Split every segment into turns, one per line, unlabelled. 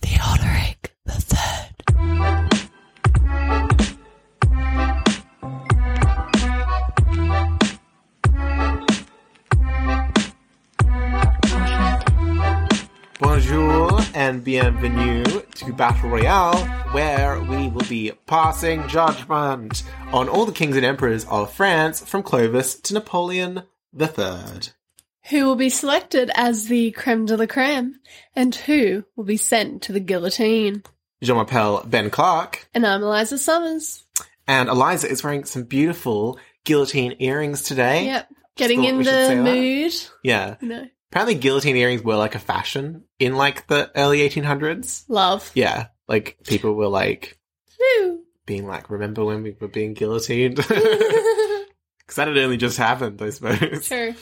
Theodoric the Third.
Bonjour and bienvenue to Battle Royale, where we will be passing judgment on all the kings and emperors of France from Clovis to Napoleon III.
Who will be selected as the creme de la creme, and who will be sent to the guillotine?
Je m'appelle Ben Clark,
And I'm Eliza Summers.
and Eliza is wearing some beautiful guillotine earrings today.
Yep, getting
Thought
in
we should say
the
that.
mood.
Yeah.
No,
Apparently, guillotine earrings were like a fashion in like the early 1800s.
love.
Yeah. Like people were like
Woo.
being like, remember when we were being guillotined? Because that had only just happened, I suppose.
True.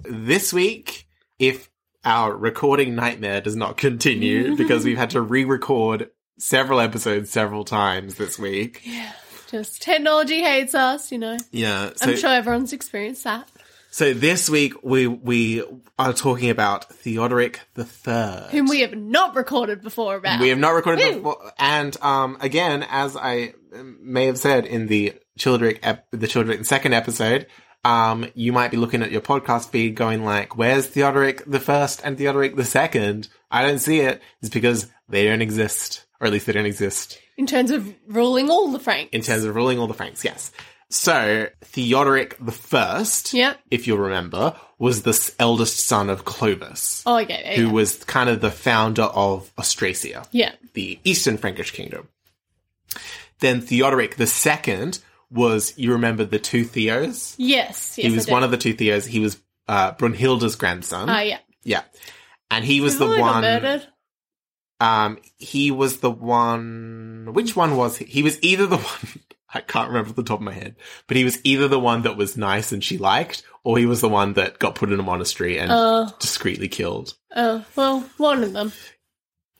this week, if our recording nightmare does not continue, because we've had to re record several episodes several times this week.
Yeah, just technology hates us, you know.
Yeah. So,
I'm sure everyone's experienced that.
so this week we we are talking about Theodoric the Third.
Whom we have not recorded before about.
We have not recorded
Woo.
that before. And um, again, as I um, may have said in the Childrick, ep- the Childrick second episode, um, you might be looking at your podcast feed going like, where's Theodoric the first and Theodoric the second? I don't see it. It's because they don't exist. Or at least they don't exist
in terms of ruling all the Franks.
in terms of ruling all the Franks, yes. So, Theodoric the first,
Yep.
if you'll remember, was the s- eldest son of Clovis,
Oh, yeah, yeah,
who
yeah.
was kind of the founder of Austrasia
yeah.
the Eastern Frankish kingdom. Then Theodoric II was, you remember the two Theos?
Yes, yes.
he was one of the two Theos. He was uh, Brunhilde's grandson.
Oh, yeah.
yeah. And he was the
Before I got
one.
murdered.
Um, he was the one. Which one was he? He was either the one. I can't remember off the top of my head, but he was either the one that was nice and she liked, or he was the one that got put in a monastery and
Oh,
discreetly killed.
oh, well, one of them.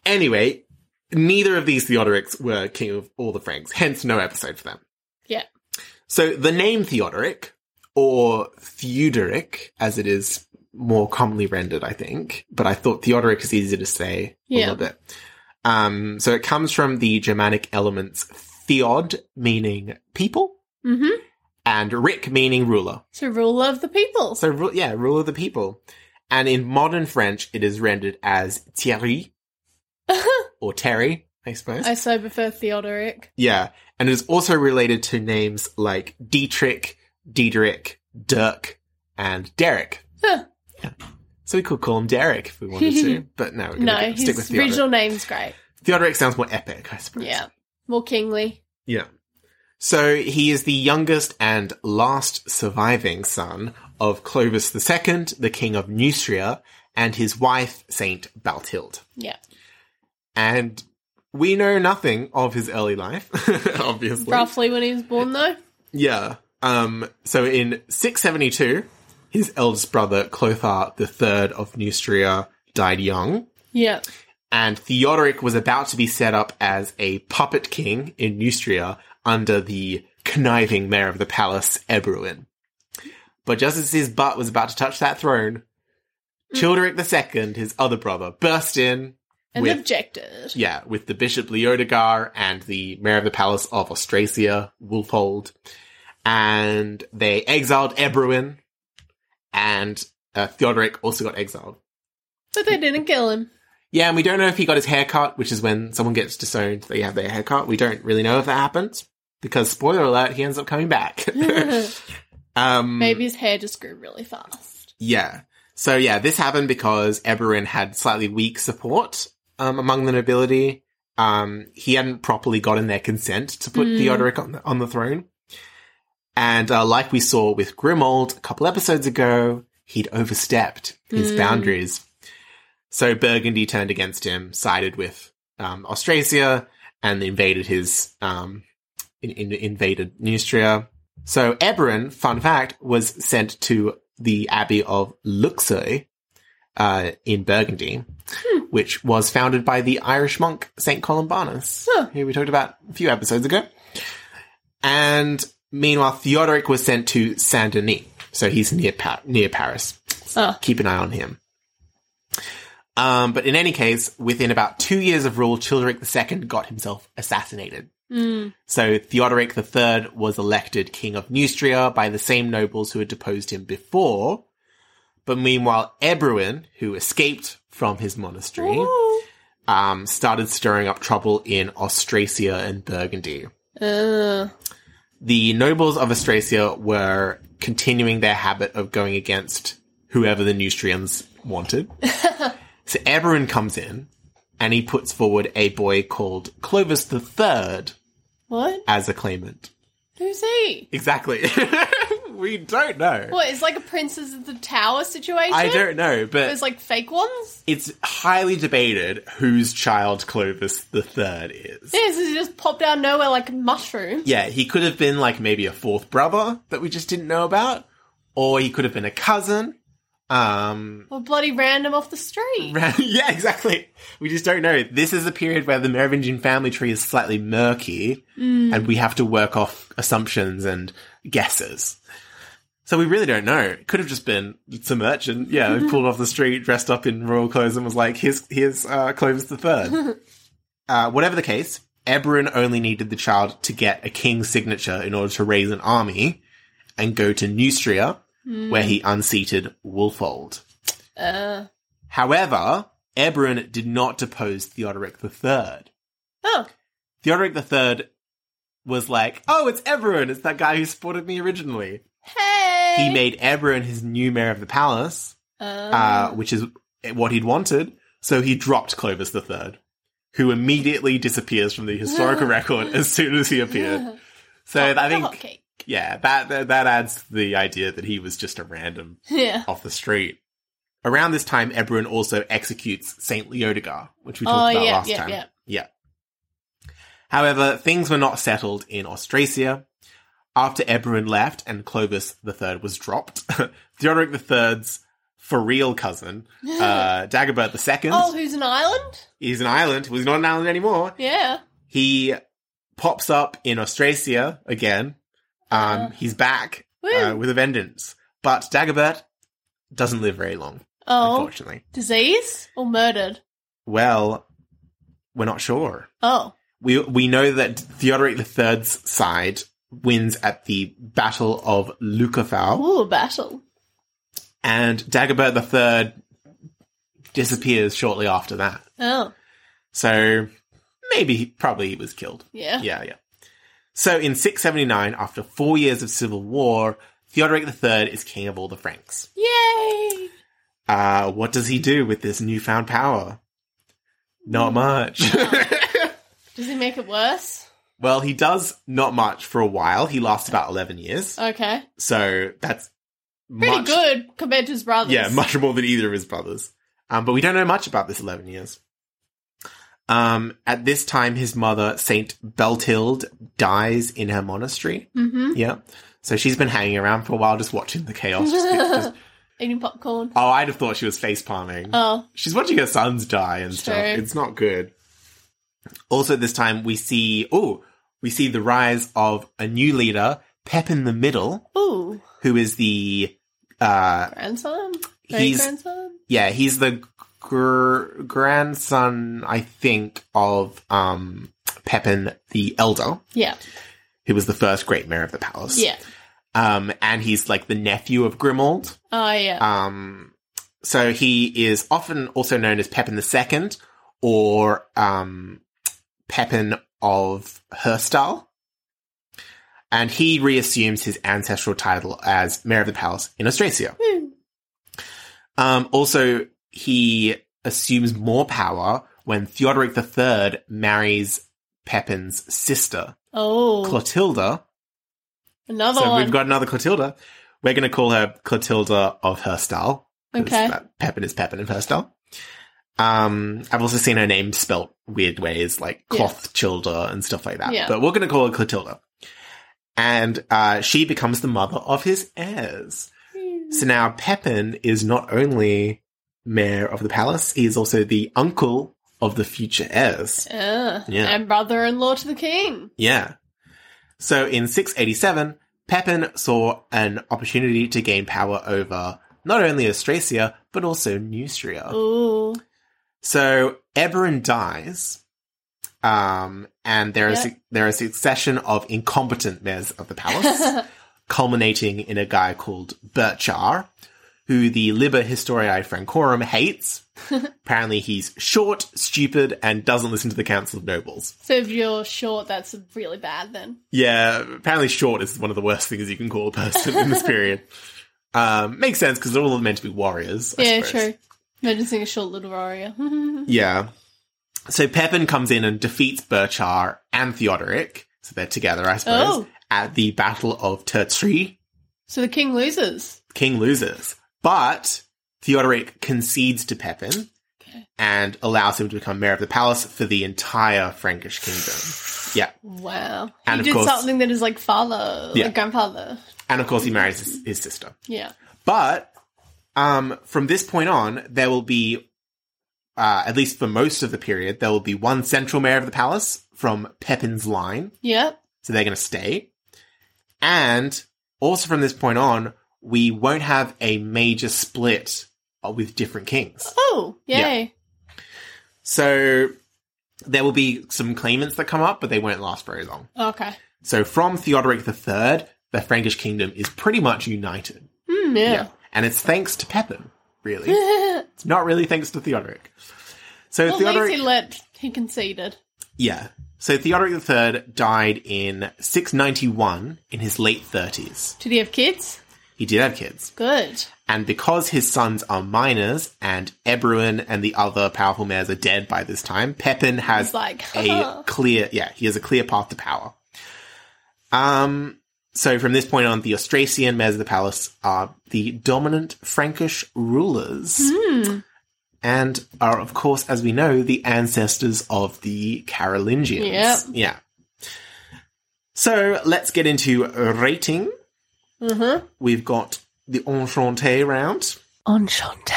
Anyway, neither of these Theodorics were king of all the Franks, hence no episode for them.
Yeah.
So the name Theodoric, or Theodoric, as it is more commonly rendered, I think, but I thought Theodoric is easier to say a
Yeah.
little bit. Um, so it comes from the Germanic elements theod, meaning people,
hmm
and ric, meaning ruler.
To rule of the people.
So, ru- yeah, ruler of the people. And in modern French, it is rendered as Thierry, or Terry, I suppose.
I so prefer Theodoric.
Yeah, and it is also related to names like Dietrich, Diedrich, Dirk, and Derek.
Huh.
Yeah. So we could call him Derek if we wanted to, but no, we're going
No,
to stick
his
with Theodoric.
original name's great.
Theodoric sounds more epic, I suppose.
Yeah. More kingly.
Yeah. So he is the youngest and last surviving son of Clovis II, the king of Neustria, and his wife, Saint Balthild.
Yeah.
And we know nothing of his early life, obviously.
Roughly when he was born, though.
Yeah. Um, so in 672, his eldest brother, Clothar III of Neustria, died young,
Yeah.
and Theodoric was about to be set up as a puppet king in Neustria under the conniving mayor of the palace, Ebruin. But just as his butt was about to touch that throne, Childeric II, his other brother, burst in
And
with
objected.
yeah, with the Bishop Leodegar and the Mayor of the Palace of Austrasia, Wolfold. And they exiled Ebruin, and uh, Theodoric also got exiled.
But they didn't kill him.
Yeah, and we don't know if he got his hair cut, which is when someone gets disowned, they have their hair cut. We don't really know if that happens, because, spoiler alert, he ends up coming back. um,
Maybe his hair just grew really fast.
Yeah. So yeah, this happened because Eberron had slightly weak support um, among the nobility. Um, he hadn't properly gotten their consent to put
Mm.
Theodoric on the, on the throne. And uh, like we saw with Grimold a couple episodes ago, he'd overstepped his
Mm.
boundaries. So Burgundy turned against him, sided with um, Austrasia, and invaded his um, in, in, invaded Neustria. So Eberron, fun fact, was sent to the Abbey of Luxeuil uh, in Burgundy, which was founded by the Irish monk Saint Columbanus,
Huh.
who we talked about a few episodes ago. And Meanwhile, Theodoric was sent to Saint Denis, so he's near pa- near Paris.
Oh,
Keep an eye on him. Um, but in any case, within about two years of rule, Childeric II got himself assassinated.
mm,
So Theodoric III was elected king of Neustria by the same nobles who had deposed him before. But meanwhile, Ebruin, who escaped from his monastery,
Oh.
um, started stirring up trouble in Austrasia and Burgundy.
uh,
The nobles of Austrasia were continuing their habit of going against whoever the Neustrians wanted. so Ebruin comes in and he puts forward a boy called Clovis III
what?
as a claimant.
Who's he?
Exactly. we don't know.
What? It's like a Princess of the Tower situation.
I don't know, but
There's like fake ones.
it's highly debated whose child Clovis the Third is.
Yeah, so he just popped out of nowhere like a mushroom.
Yeah, he could have been like maybe a fourth brother that we just didn't know about, or he could have been a cousin. Um,
Or bloody random off the street.
yeah, exactly. We just don't know. This is a period where the Merovingian family tree is slightly murky, and we have to work off assumptions and guesses. So we really don't know. It could have just been some merchant, yeah, who pulled off the street, dressed up in royal clothes, and was like, "Here's here's uh, Clovis the Third. uh, Whatever the case, Eberron only needed the child to get a king's signature in order to raise an army and go to Neustria, where he unseated Wolfold.
Uh,
However, Eberron did not depose Theodoric III.
oh,
Theodoric III was like, "Oh, it's Eberron. It's that guy who supported me originally."
hey.
he made Eberron his new mayor of the palace,
Um,
uh, which is what he'd wanted. So he dropped Clovis III, who immediately disappears from the historical record as soon as he appeared. So I
the
think,
hotcake.
yeah, that, that that adds to the idea that he was just a random
Yeah.
off the street. Around this time, Eberron also executes Saint Leodegar, which we
Oh,
talked about
yeah,
last
yeah,
time.
yeah.
yeah. However, things were not settled in Austrasia. After Eberron left and Clovis III was dropped, Theodoric III's for real cousin, uh, Dagobert II,
Oh, who's an island?
he's an island, was not an island anymore.
Yeah.
He pops up in Austrasia again. Um,
Uh.
he's back
Woo.
uh, with a vengeance. But Dagobert doesn't live very long
Oh,
unfortunately.
disease or murdered?
Well, we're not sure.
Oh,
We we know that Theodoric III's side wins at the Battle of Lucafau,
ooh, a battle.
and Dagobert III disappears shortly after that.
Oh,
So maybe, he- probably he was killed.
yeah.
Yeah, yeah. So in 679, after four years of civil war, Theodoric III is king of all the Franks.
Yay!
Uh, what does he do with this newfound power?
Hmm.
Not much.
Does he make it worse?
Well, he does not much for a while. He lasts about 11 years.
Okay,
So that's
pretty
much,
good compared to his brothers.
Yeah, much more than either of his brothers. Um, but we don't know much about this 11 years. Um, at this time, his mother, Saint Beltild, dies in her monastery.
mm-hmm.
Yeah. So she's been hanging around for a while just watching the chaos. Just- just-
Eating popcorn.
oh, I'd have thought she was face palming.
Oh,
She's watching her sons die and stuff.
Sure.
It's not good. Also, this time we see oh, we see the rise of a new leader, Pepin the Middle,
Oh. ooh,
who is the uh,
grandson. Great
He's-
grandson.
yeah, he's the gr- grandson, I think, of um, Pepin the Elder,
Yeah,
who was the first Great Mayor of the Palace.
yeah.
um, and he's like the nephew of Grimoald.
Oh, yeah.
Um, so he is often also known as Pepin II or um, Pepin of Herstal. And he reassumes his ancestral title as Mayor of the Palace in Austrasia.
Hmm.
Um, also, he assumes more power when Theodoric III marries Pepin's sister,
oh,
Clotilda.
another
So
one.
we've got another Clotilda. We're going to call her Clotilda of Herstal. 'cause
Okay.
that Pepin is Pepin of Herstal. Um, I've also seen her name spelt weird ways, like
Yeah.
cloth childer and stuff like that.
Yeah.
But we're going to call her Clotilda. And uh, she becomes the mother of his heirs.
Hmm.
So now Pepin is not only mayor of the palace, he is also the uncle of the future heirs.
Ah,
Yeah.
and brother-in-law to the king.
Yeah. So in 687, Pepin saw an opportunity to gain power over not only Austrasia, but also Neustria. Oh.
Ooh.
So Eberron dies, um, and there is
Yep.
there are a succession of incompetent mayors of the palace, culminating in a guy called Birchar, who the Liber Historiae Francorum hates. Apparently, he's short, stupid, and doesn't listen to the Council of Nobles.
So if you're short, that's really bad then.
Yeah, apparently short is one of the worst things you can call a person in this period. Um, makes sense because they're all meant to be warriors. I
yeah,
suppose.
true. Noticing a short little warrior.
Yeah. So Pepin comes in and defeats Burchar and Theodoric. So they're together, I suppose,
Oh.
at the Battle of Tertri.
so the king loses.
King loses, but Theodoric concedes to Pepin and allows him to become mayor of the palace for the entire Frankish kingdom. Yeah.
Wow.
And
he
of
did
course-
something that is like father,
Yeah.
like grandfather.
And of course, he marries his, his sister.
Yeah.
But um, from this point on, there will be, uh, at least for most of the period, there will be one central mayor of the palace from Pepin's line.
Yep.
So they're going to stay. And also from this point on, we won't have a major split uh, with different kings.
Oh, yay.
So there will be some claimants that come up, but they won't last very long.
Okay.
So from Theodoric III, the Frankish kingdom is pretty much united.
Mm, yeah.
And it's thanks to Pepin, really. it's not really thanks to Theodoric. So
well, at
Theodoric
least he let he conceded.
Yeah. So Theodoric III died in 691 in his late 30s.
Did he have kids?
He did have kids.
Good.
And because his sons are minors and Ebruin and the other powerful mayors are dead by this time, Pepin has
He's like,
a clear yeah, he has a clear path to power. Um so from this point on, the Austrasian mayors of the palace are the dominant Frankish rulers.
Hmm.
And are, of course, as we know, the ancestors of the Carolingians.
Yep.
Yeah. So let's get into rating.
Uh-huh.
We've got the Enchanté round.
Enchante.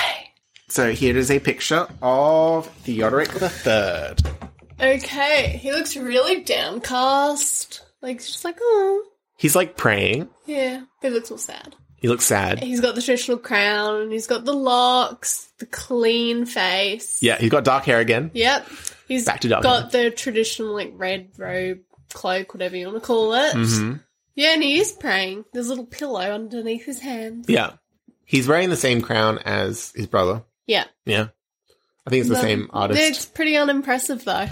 So here is a picture of Theodoric III.
Okay. He looks really downcast. Like he's just like, oh
He's like praying.
yeah. He looks all sad.
He looks sad.
He's got the traditional crown, and he's got the locks, the clean face.
Yeah, he's got dark hair again.
Yep. He's
Back to Dublin.
got the traditional like red robe, cloak, whatever you want to call it.
hmm
Yeah, and he is praying. There's a little pillow underneath his hands.
Yeah. He's wearing the same crown as his brother.
Yeah. Um,
Yeah. I think it's the same artist.
It's pretty unimpressive though.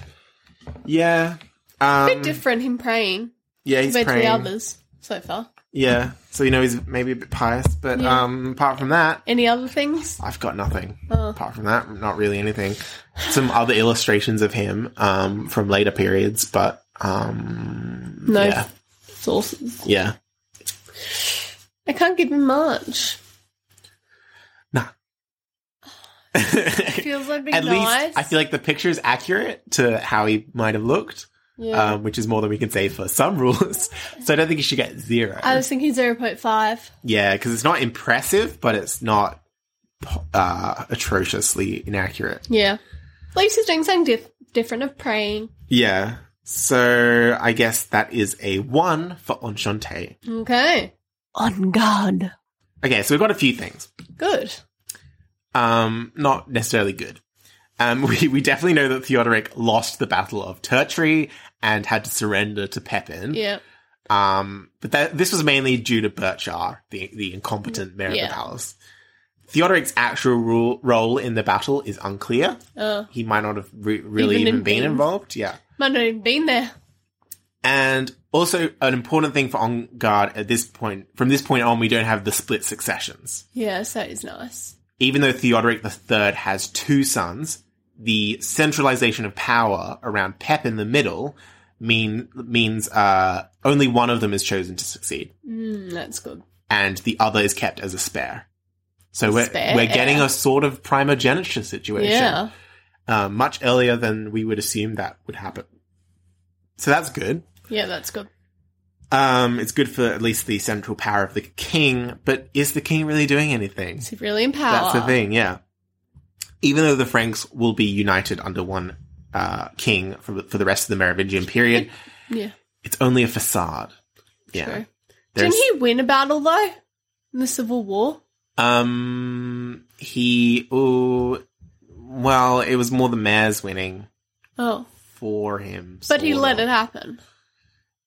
yeah.
Bit
Um,
different him praying
yeah, he's
compared to the
praying.
others so far.
Yeah. So you know he's maybe a bit pious, but
Yeah.
um apart from that,
Any other things?
I've got nothing.
Oh.
Apart from that, not really anything. Some other illustrations of him um from later periods, but um
No
Yeah.
sources.
Yeah.
I can't give him much.
Nah.
Feels like
At
nice.
least I feel like the picture is accurate to how he might have looked,
yeah.
um, which is more than we can say for some rulers. So I don't think he should get zero.
I was thinking zero point five.
yeah, because it's not impressive, but it's not uh, atrociously inaccurate.
Yeah. At least he's doing something dif- different of praying.
Yeah. So I guess that is a one for Enchante.
Okay.
On guard.
Okay, so we've got a few things.
Good.
um, not necessarily good. Um, we, we definitely know that Theodoric lost the Battle of Tertry and had to surrender to Pepin.
Yeah.
Um, but that, this was mainly due to Birchar, the, the incompetent mayor of
Yeah.
the palace. Theodoric's actual rule, role in the battle is unclear.
Uh,
He might not have re- really
Even
even,
in
been
being-
involved. Yeah.
might not even been there.
And also, an important thing for On Guard at this point, from this point on, we don't have the split successions.
Yeah, so it's nice.
even though Theodoric III has two sons, the centralization of power around Pep in the middle mean means uh, only one of them is chosen to succeed,
Mm, that's good.
and the other is kept as a spare. So we're
Spare.
we're getting a sort of primogeniture situation,
Yeah.
uh, much earlier than we would assume that would happen. So that's good.
Yeah, that's good.
Um, it's good for at least the central power of the king, but is the king really doing anything?
It's really empowered.
That's the thing, yeah. Even though the Franks will be united under one uh, king for, the- for the rest of the Merovingian period,
Yeah.
it's only a facade. Yeah.
True.
There's-
Didn't he win a battle though? In the Civil War?
Um, he. Ooh, well, it was more the mayor's winning
Oh.
for him.
But he
sorta.
let it happen.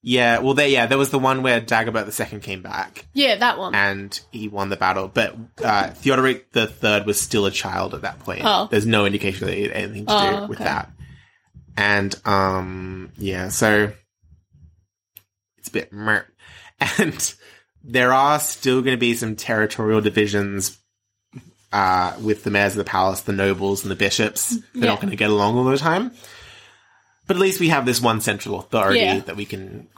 Yeah. Well, there. Yeah, there was the one where Dagobert II came back
Yeah, that one.
and he won the battle, but uh, Theodoric III was still a child at that point.
Oh.
There's no indication that he had anything to do
Oh,
with
okay.
that. And um, yeah, so it's a bit mer. And there are still going to be some territorial divisions uh, with the mayors of the palace, the nobles, and the bishops. They're
Yeah.
not going to get along all the time. But at least we have this one central authority
Yeah.
that we can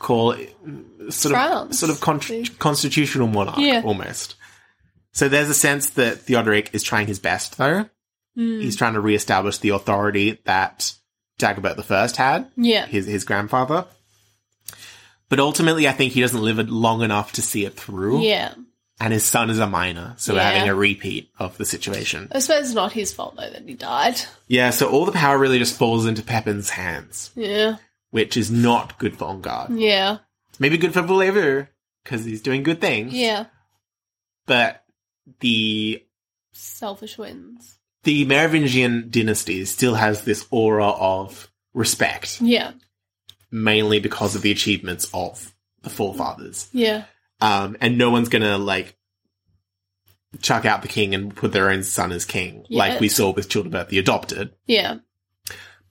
call it, sort of
France.
sort of con-
See?
constitutional monarch
Yeah.
almost. So there's a sense that Theodoric is trying his best though.
Mm.
He's trying to reestablish the authority that Dagobert the First had,
Yeah.
his his grandfather. But ultimately, I think he doesn't live it long enough to see it through.
Yeah.
And his son is a minor, so we're
Yeah.
having a repeat of the situation.
I suppose it's not his fault though that he died.
Yeah, so all the power really just falls into Pepin's hands,
Yeah.
which is not good for Ongard.
Yeah.
Maybe good for Volevu, because he's doing good things.
Yeah.
but the
Selfish wins.
the Merovingian dynasty still has this aura of respect,
Yeah.
mainly because of the achievements of the forefathers.
Yeah.
Um, and no one's gonna like chuck out the king and put their own son as king,
Yeah.
like we saw with Childebert the Adopted.
Yeah.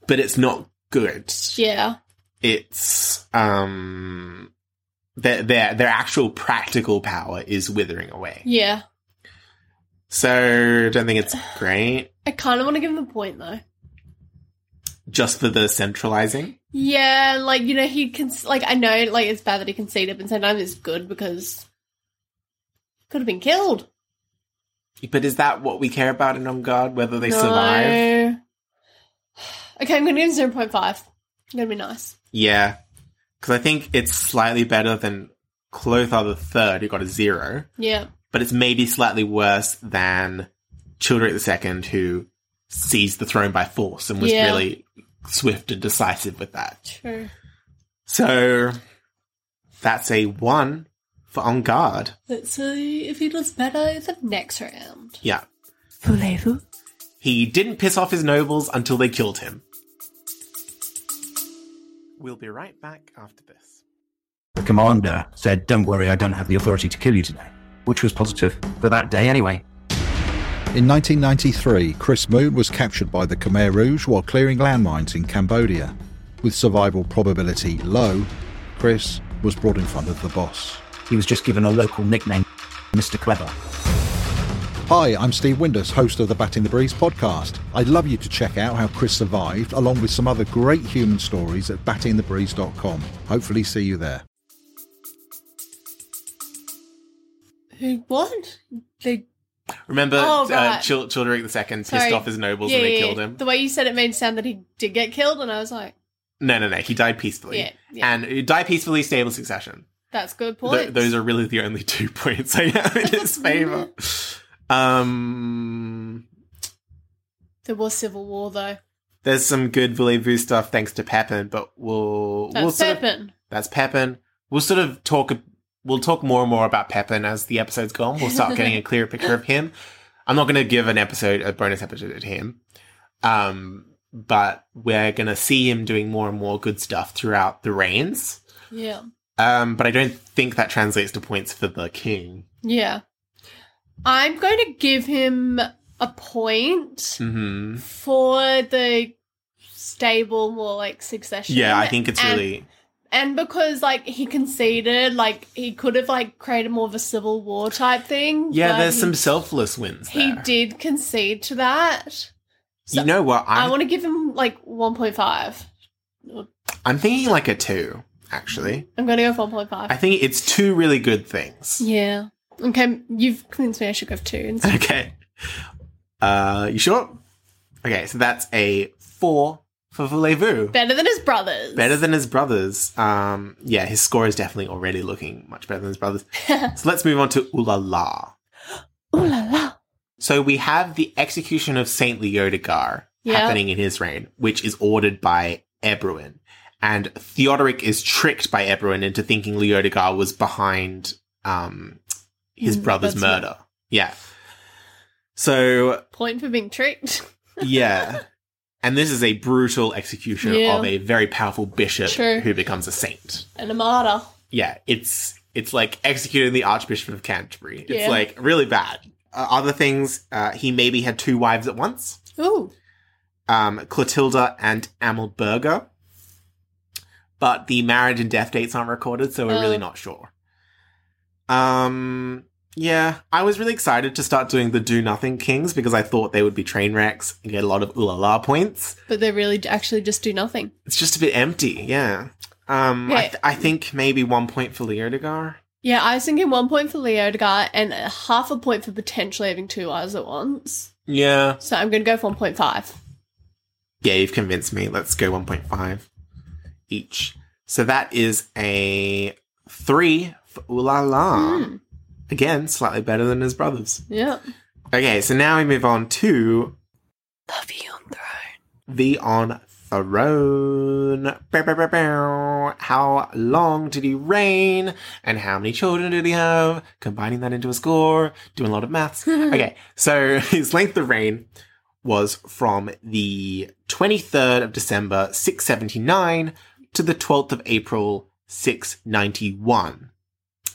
But it's not good.
Yeah.
It's um their their their actual practical power is withering away.
Yeah.
So I don't think it's great
I kind of want to give him a point though.
just for the centralizing.
Yeah, like you know, he can. Like I know, like it's bad that he conceded, but sometimes it's good because could have been killed.
But is that what we care about in On Guard? Whether they survive?
Okay, I'm gonna give him zero point five. Gonna be nice.
Yeah. Because I think it's slightly better than Clothar the Third, who got a zero,
Yeah,
but it's maybe slightly worse than Childeric the Second, who seized the throne by force and was
Yeah.
really swift and decisive with that.
true.
So that's a one for On Guard.
Let's see if he does better the next round.
Yeah.
Voulez-vous?
He didn't piss off his nobles until they killed him. We'll be right back after this.
The commander said, Don't worry, I don't have the authority to kill you today, which was positive for that day anyway.
In 1993, Chris Moon was captured by the Khmer Rouge while clearing landmines in Cambodia. With survival probability low, Chris was brought in front of the boss.
He was just given a local nickname, Mr. Clever.
Hi, I'm Steve Windus, host of the Batting the Breeze podcast. I'd love you to check out how Chris survived, along with some other great human stories at battingthebreeze.com. Hopefully, see you there.
Who won? The
Remember,
Oh,
uh,
right.
Chil- Childeric the Second pissed
Sorry.
off his nobles
yeah,
and they
yeah,
killed
yeah.
him.
The way you said it made it sound that he did get killed, and I was like,
No, no, no. He died peacefully,
Yeah, yeah.
and he died peacefully, stable succession.
"That's good
Th-
point."
those are really the only two points I have in his favor. Um,
there was civil war though.
there's some good voulez-vous stuff thanks to Pepin, but we'll we'll
That's
sort Of,
Pepin.
that's Pepin. We'll sort of talk. We'll talk more and more about Pepin as the episodes go on. We'll start getting a clearer picture of him. I'm not going to give an episode, a bonus episode to him, um, but we're going to see him doing more and more good stuff throughout the reigns.
Yeah.
Um, but I don't think that translates to points for the king.
Yeah. I'm going to give him a point
hmm
for the stable, more like succession.
Yeah, I think it's
And-
really
And because, like, he conceded, like, he could have, like, created more of a civil war type thing.
yeah.
but
There's
he-
some selfless wins.
He
there.
did concede to that.
you know what?
I,
I'm,
want to give him, like, 1.5.
I'm thinking like a two. Actually,
I'm going to go 4.5.
I think it's two really good things.
yeah. Okay, you've convinced me I should go 2 instead.
Okay. Uh, you sure? Okay, so that's a four for Voulez-Vous.
Better than his brothers.
Better than his brothers. Um, yeah, his score is definitely already looking much better than his brothers. so let's move on to Ooh La La.
Ooh la la.
So we have the execution of Saint Leodegar
Yeah.
happening in his reign, which is ordered by Ebruin. and Theodoric is tricked by Eberron into thinking Leodegar was behind um, his
Mm,
brother's
that's
murder. Yeah. So
Point for being tricked.
yeah, and this is a brutal execution
Yeah.
of a very powerful bishop
True.
who becomes a saint.
and a martyr.
Yeah, it's it's like executing the Archbishop of Canterbury. It's
Yeah.
like really bad. Uh, other things, uh, he maybe had two wives at once.
Ooh.
um, Clotilda and Amelberger. But the marriage and death dates aren't recorded, so we're
Oh.
really not sure. Um, yeah, I was really excited to start doing the Do Nothing Kings because I thought they would be train wrecks and get a lot of ooh la la points.
But they really j- actually just do nothing.
It's just a bit empty, yeah. Um, I,
Yeah.
th- I think maybe one point for Leodegar.
Yeah, I was thinking one point for Leodegar and a half a point for potentially having two eyes at once.
Yeah.
So I'm going to go for 1.5.
Yeah, you've convinced me. Let's go 1.5 each. So that is a three for Ooh La La.
Mm,
Again, slightly better than his brothers.
yeah.
Okay, so now we move on to
Love you on throne.
the on throne. Bow, bow, bow, bow. How long did he reign? And how many children did he have? Combining that into a score, doing a lot of maths. okay, so his length of reign was from the 23rd of December 679 to the 12th of April 691.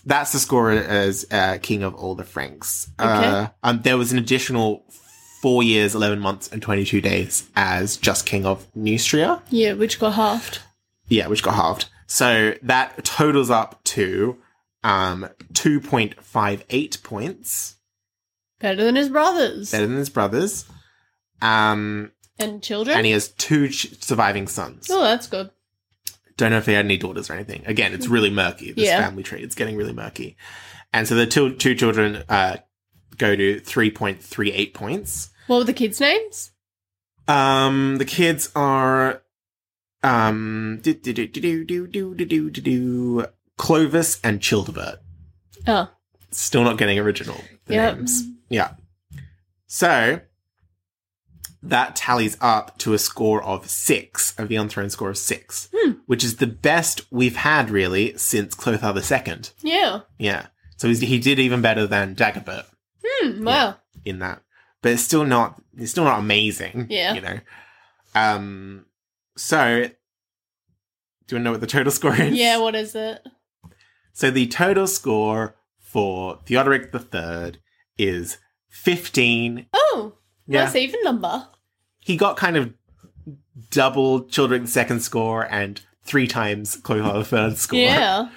That's the score as uh, king of all the Franks. Uh, um, there was an additional four years, 11 months, and 22 days as just king of Neustria.
Yeah, which got halved.
Yeah, which got halved. So that totals up to um, 2.58 points,
Better than his brothers.
better than his brothers. Um,
And children.
and he has two ch- surviving sons.
oh, that's good.
Don't know if he had any daughters or anything. Again, it's really murky, this
Yeah.
family tree. It's getting really murky. And so the two, two children uh, go to 3.38 points.
What were the kids' names?
Um, the kids are um do, do, do, do, do, do, do, do, do, do, Clovis and Childebert.
Oh,
Still not getting original the
Yep.
names. Yeah. So that tallies up to a score of six, a Beyond Throne score of six,
Hmm.
which is the best we've had really since Clothar II.
yeah.
Yeah. So he's, he did even better than Dagobert
Hmm, wow.
in that, but it's still not it's still not amazing.
Yeah.
you know. Um, so do you know what the total score is?
Yeah, what is it?
So the total score for Theodoric the Third is fifteen.
Oh,
Yeah,
nice even number.
he got kind of double Childeric the Second score and three times Clothar the Third score.
Yeah.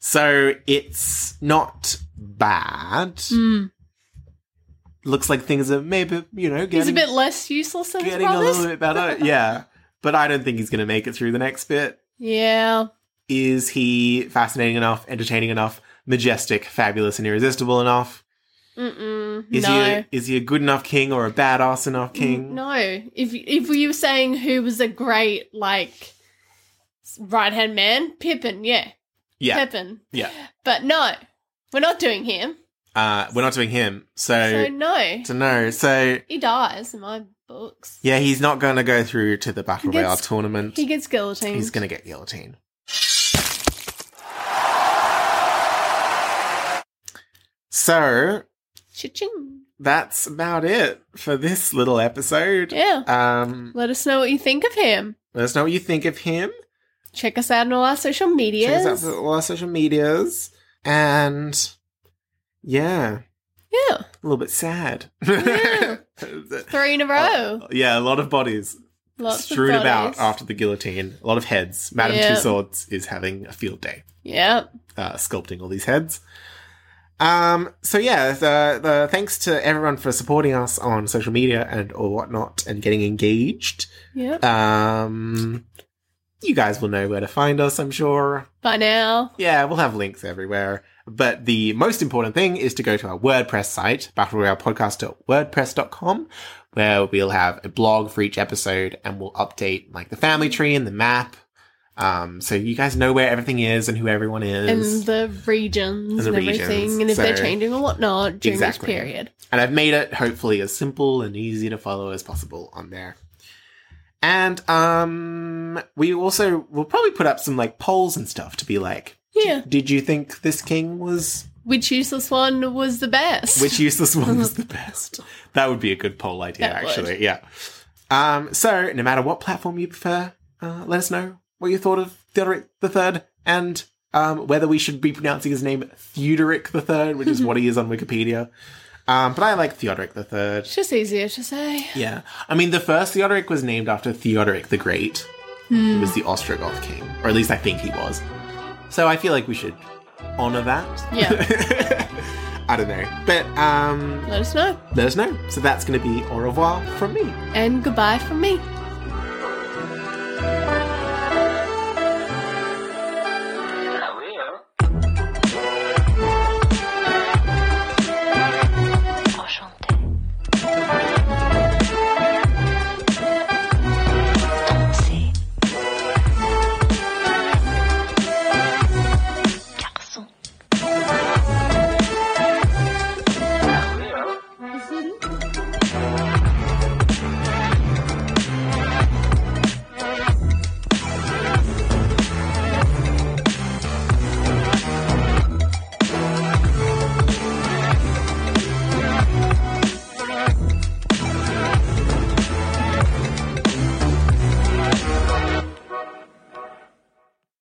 So it's not bad.
Mm.
Looks like things are maybe you know getting
He's a bit less useless than his
getting a
brothers.
little bit better. yeah. But I don't think he's going to make it through the next bit.
Yeah.
Is he fascinating enough, entertaining enough, majestic, fabulous, and irresistible enough?
Mm-mm.
Is,
no.
he, a, is he a good enough king or a badass enough king?
No, if if you were saying who was a great like right hand man, Pippin, yeah,
Yeah.
Pippin.
Yeah.
But no, we're not doing him.
Uh, we're not doing him.
So
So,
no,
to know. So,
he dies in my books.
yeah, he's not going to go through to the Battle
He gets-
Royale tournament.
He gets guillotined.
He's going to get guillotined. So,
Cha-ching.
that's about it for this little episode.
Yeah.
Um,
Let us know what you think of him.
let us know what you think of him.
Check us out on all our social
Check
medias.
us out on all our social medias. And yeah,
Yeah,
a little bit sad.
Yeah. three in a row.
yeah, a lot of bodies
Lots
strewn
of
Uh, about
bodies.
after the guillotine. A lot of heads. Madame
Yeah.
Two Swords is having a field day.
Yeah.
uh, sculpting all these heads. Um, so yeah, the, the thanks to everyone for supporting us on social media and or whatnot and getting engaged.
Yeah.
Um, you guys will know where to find us, I'm sure.
By now.
Yeah, we'll have links everywhere. But the most important thing is to go to our WordPress site, battleroyalpodcast.wordpress.com, where we'll have a blog for each episode and we'll update like the family tree and the map. Um, so you guys know where everything is and who everyone is.
and the regions
And
and,
the
everything,
regions,
and if they're
so-
changing or whatnot during
Exactly.
this period.
And I've made it hopefully as simple and easy to follow as possible on there. And um, we also will probably put up some like polls and stuff to be like,
Yeah.
did you think this king was
Which useless one was the best?
which useless one was the best? That would be a good poll idea,
That would.
actually. Yeah. Um, so no matter what platform you prefer, uh, let us know what you thought of Theodoric the Third and um, whether we should be pronouncing his name Theodoric the Third, which is what he is on Wikipedia. Um, but I like Theodoric the Third.
It's just easier to say.
Yeah. I mean, the first Theodoric was named after Theodoric the Great,
Hmm.
who was the Ostrogoth king, or at least I think he was. So I feel like we should honor that.
Yeah.
I don't know. But um,
Let us know.
let us know. So that's going to be au revoir from me.
And goodbye from me.